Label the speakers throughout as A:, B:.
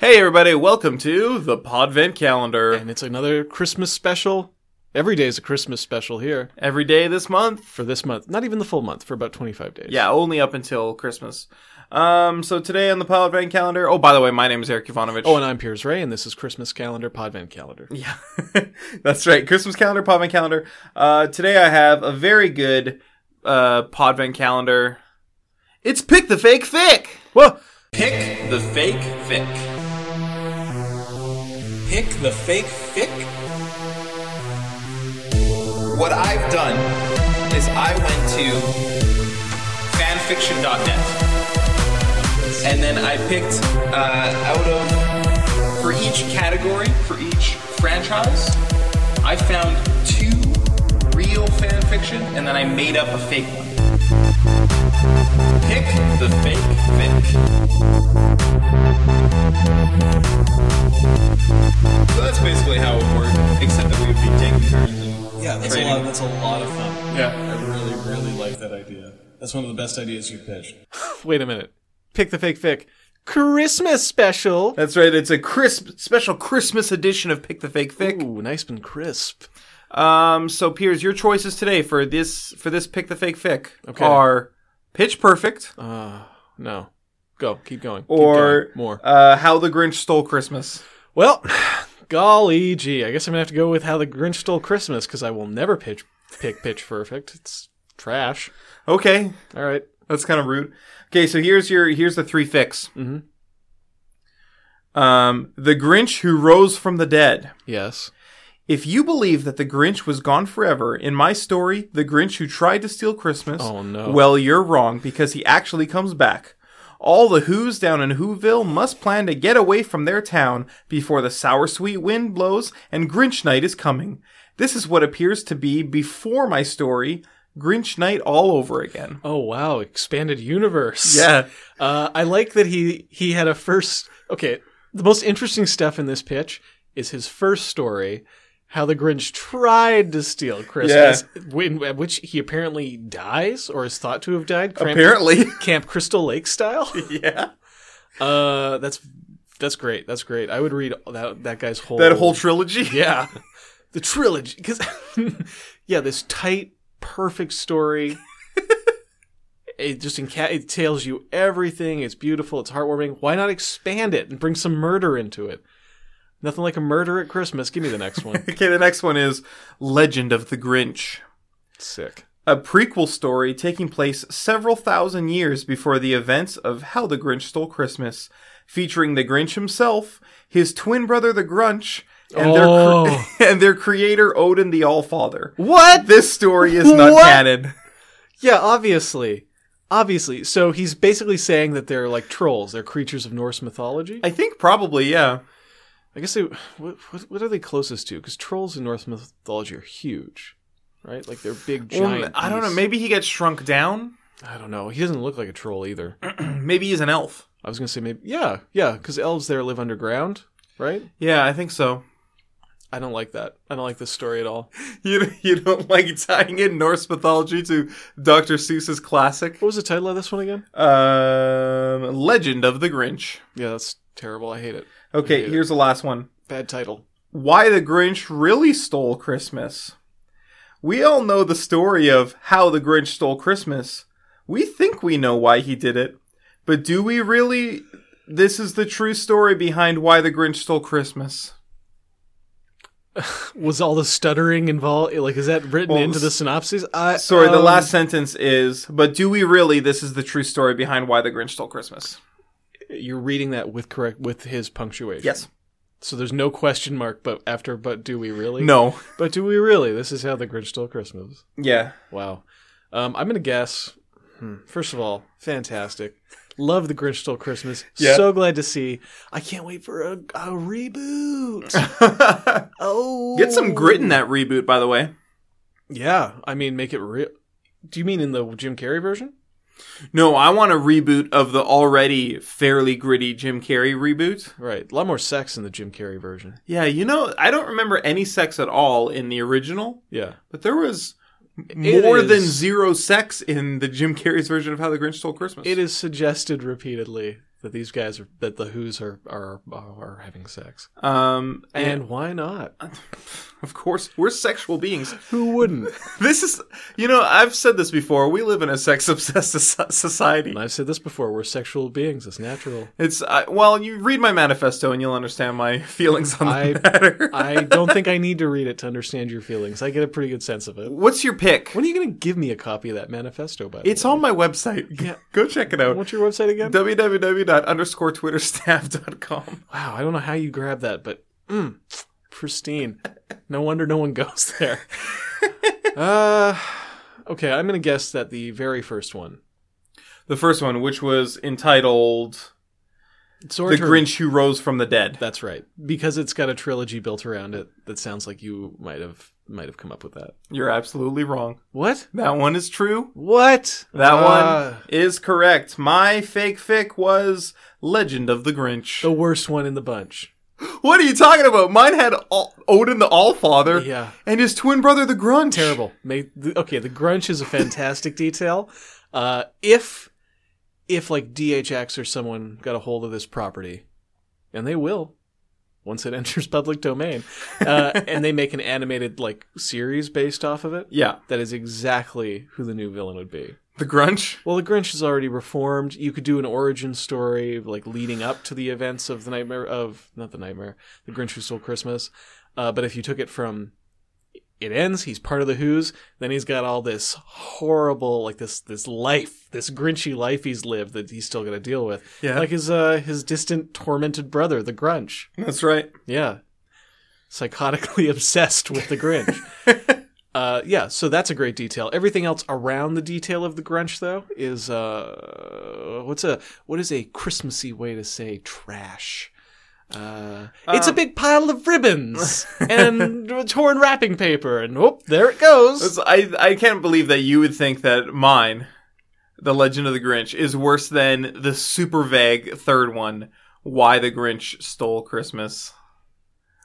A: Hey everybody, welcome to the Podvent Calendar.
B: And it's another Christmas special. Every day is a Christmas special here
A: Every day this month.
B: for this month. Not even the full month, for about 25 days.
A: Yeah, only up until Christmas. Um, so today on the Podvent Calendar. Oh, by the way, my name is Eric Ivanovich.
B: Oh, and I'm Piers Ray, and this is Christmas Calendar, Podvan Calendar.
A: yeah, that's right. Christmas calendar, Podvent calendar. Uh, today I have a very good uh Podvent calendar. It's pick the fake fic.
B: Well,
C: Pick the fake fic. Pick the fake fic. What I've done is I went to fanfiction.net and then I picked uh, out of for each category, for each franchise, I found two real fanfiction and then I made up a fake one. Pick the fake fic. So that's basically how it worked, except that we would be taking turns. and-
D: Yeah, that's
C: Trading.
D: a lot. That's a lot of fun.
C: Yeah.
D: I really, really like that idea. That's one of the best ideas you've pitched.
B: wait a minute. Pick the fake fic. Christmas special.
A: That's right. It's a crisp, special Christmas edition of Pick the Fake Fic.
B: Ooh, nice and crisp.
A: Um, so Piers, your choices today for this for this Pick the Fake Fic
B: Okay.
A: are Pitch Perfect.
C: Oh.
B: Uh, No. Go. Keep going. Keep
A: or
B: going. more.
A: uh, how the grinch stole christmas
B: well, golly gee. I guess I'm going to have to go with How the Grinch Stole Christmas because I will never pitch, pick Pitch Perfect. It's trash.
A: okay
B: All right.
A: that's kind of rude okay so here's your here's the three fix
C: Mm-hmm.
A: um, the grinch who rose from the dead
B: Yes.
A: if you believe that the grinch was gone forever in my story the grinch who tried to steal christmas
B: Oh, no.
A: well you're wrong because he actually comes back all the Who's down in Whoville must plan to get away from their town before the sour sweet wind blows and Grinch Night is coming. This is what appears to be before my story, Grinch Night all over again.
B: Oh wow, expanded universe.
A: Yeah.
B: Uh, I like that he he had a first. Okay, the most interesting stuff in this pitch is his first story, how the Grinch tried to steal Christmas, when, at which he apparently dies or is thought to have died. Cramp-
A: Apparently.
B: Camp Crystal Lake style.
A: yeah.
B: Uh, that's that's great. That's great. I would read that that guy's whole
A: That whole trilogy.
B: yeah the trilogy because yeah this tight perfect story it just enca- it tells you everything it's beautiful it's heartwarming why not expand it and bring some murder into it nothing like a murder at christmas give me the next one
A: Okay, the next one is Legend of the Grinch.
B: sick
A: a prequel story taking place several thousand years before the events of How the Grinch Stole Christmas, featuring the Grinch himself, his twin brother the Grunch, and,
B: Oh.
A: their, cre- and their creator Odin the Allfather.
B: what
A: This story is not
B: What?
A: canon.
B: yeah obviously obviously so he's basically saying that they're like trolls they're creatures of norse mythology
A: I think probably, yeah.
B: i guess they what, what, what are they closest to because trolls in norse mythology are huge right like they're big giant
A: Well, I don't know.
B: beasts.
A: Maybe he gets shrunk down.
B: I don't know. He doesn't look like a troll either.
A: Maybe he's an elf.
B: I was gonna say maybe yeah, yeah, because elves there live underground, right?
A: Yeah, I think so.
B: I don't like that. I don't like this story at all.
A: You, you don't like tying in Norse mythology to Dr. Seuss's classic?
B: What was the title of this one again?
A: Um, Legend of the Grinch.
B: Yeah, that's terrible. I hate it.
A: Okay, here's the last one.
B: Bad title.
A: Why the Grinch Really Stole Christmas. We all know the story of how the Grinch stole Christmas. We think we know why he did it, but do we really? This is the true story behind why the Grinch stole Christmas.
B: Was all the stuttering involved? Like, is that written
A: Well,
B: into the synopses? I,
A: Sorry, the
B: um,
A: last sentence is, but do we really? This is the true story behind why the Grinch stole Christmas.
B: You're reading that with correct with his punctuation.
A: Yes.
B: So there's no question mark. But after, but do we really?
A: No.
B: But do we really? This is how the Grinch stole Christmas.
A: Yeah.
B: Wow. Um, I'm going to guess. hmm, First of all, fantastic. Love the Grinch Stole Christmas.
A: Yeah.
B: So glad to see. I can't wait for a, a reboot.
A: Get
B: oh.
A: some grit in that reboot, by the way.
B: Yeah. I mean, make it real. Do you mean in the Jim Carrey version?
A: No, I want a reboot of the already fairly gritty Jim Carrey reboot.
B: Right. A lot more sex in the Jim Carrey version.
A: Yeah, you know, I don't remember any sex at all in the original,
B: Yeah.
A: but there was more
B: is-
A: than zero sex in the Jim Carrey's version of How the Grinch Stole Christmas.
B: It is suggested repeatedly that these guys are that the Who's are are are having sex,
A: Um,
B: and why not?
A: of course, we're sexual beings.
B: Who wouldn't?
A: This is, you know, I've said this before. We live in a sex obsessed society.
B: And I've said this before: we're sexual beings. It's natural.
A: It's I, well, you read my manifesto and you'll understand my feelings on the
B: I-
A: matter.
B: I don't think I need to read it to understand your feelings. I get a pretty good sense of it.
A: What's your pick?
B: When are you going to give me a copy of that manifesto? By the
A: It's
B: way,
A: on my website.
B: Yeah.
A: Go check it out.
B: what's your website again?
A: www. underscore twitterstaff.com.
B: wow, I don't know how you grab that, but mm, pristine. No wonder no one goes there. uh, okay, I'm going to guess that the very first one.
A: The first one, which was entitled
B: It's our
A: The
B: turn.
A: Grinch Who Rose from the Dead.
B: That's right, because it's got a trilogy built around it. That sounds like you might have might have come up with that.
A: You're absolutely wrong.
B: What?
A: That one is true.
B: What?
A: That
B: Ah,
A: one is correct. My fake fic was Legend of the Grinch.
B: The worst one in the bunch.
A: What are you talking about? Mine had all- Odin the Allfather
B: Yeah.
A: and his twin brother the Grunch.
B: terrible. May, the, okay, the grunge is a fantastic detail. Uh, if if like DHX or someone got a hold of this property, and they will once it enters public domain, uh, and they make an animated like series based off of it,
A: Yeah,
B: that is exactly who the new villain would be.
A: the Grunch.
B: Well, the Grinch is already reformed. You could do an origin story like leading up to the events of the nightmare of not the nightmare, the Grinch who stole Christmas. Uh, but if you took it from it ends, he's part of the Who's, then he's got all this horrible like this this life, this Grinchy life he's lived that he's still got to deal with.
A: Yeah.
B: like his uh his distant tormented brother, the Grunch.
A: That's right.
B: Yeah. Psychotically obsessed with the Grinch. uh, yeah, so that's a great detail. Everything else around the detail of the Grinch, though, is uh, what's a what is a Christmassy way to say trash? Uh, it's a big pile of ribbons and torn wrapping paper, and oh, there it goes.
A: That's- I I can't believe that you would think that mine, the Legend of the Grinch, is worse than the super vague third one, Why the Grinch Stole Christmas,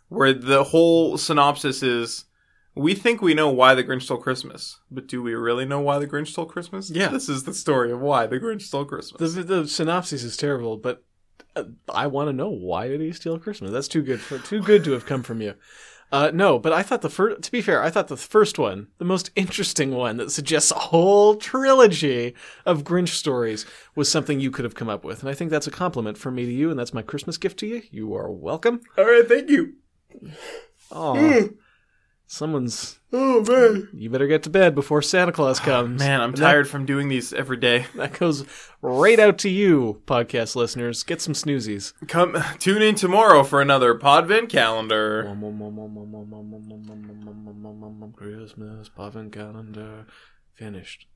A: where the whole synopsis is. We think we know why the Grinch stole Christmas, but do we really know why the Grinch stole Christmas?
B: Yeah.
A: This is the story of why the Grinch stole Christmas.
B: The, the synopsis is terrible, but uh, I want to know why did he steal Christmas? That's too good for too good to have come from you. Uh, no, but I thought the first. To be fair, I thought the first one, the most interesting one that suggests a whole trilogy of Grinch stories, was something you could have come up with, and I think that's a compliment from me to you, and that's my Christmas gift to you. You are welcome.
A: All right, thank you. Mm,
B: Oh, someone's.
A: Oh man.
B: You better get to bed before Santa Claus comes.
A: Ah, Man, I'm
B: And that-
A: tired from doing these every day.
B: that goes right out to you, podcast listeners. Get some snoozies.
A: Come tune in tomorrow for another Podvin calendar.
B: Christmas Puffin calendar finished.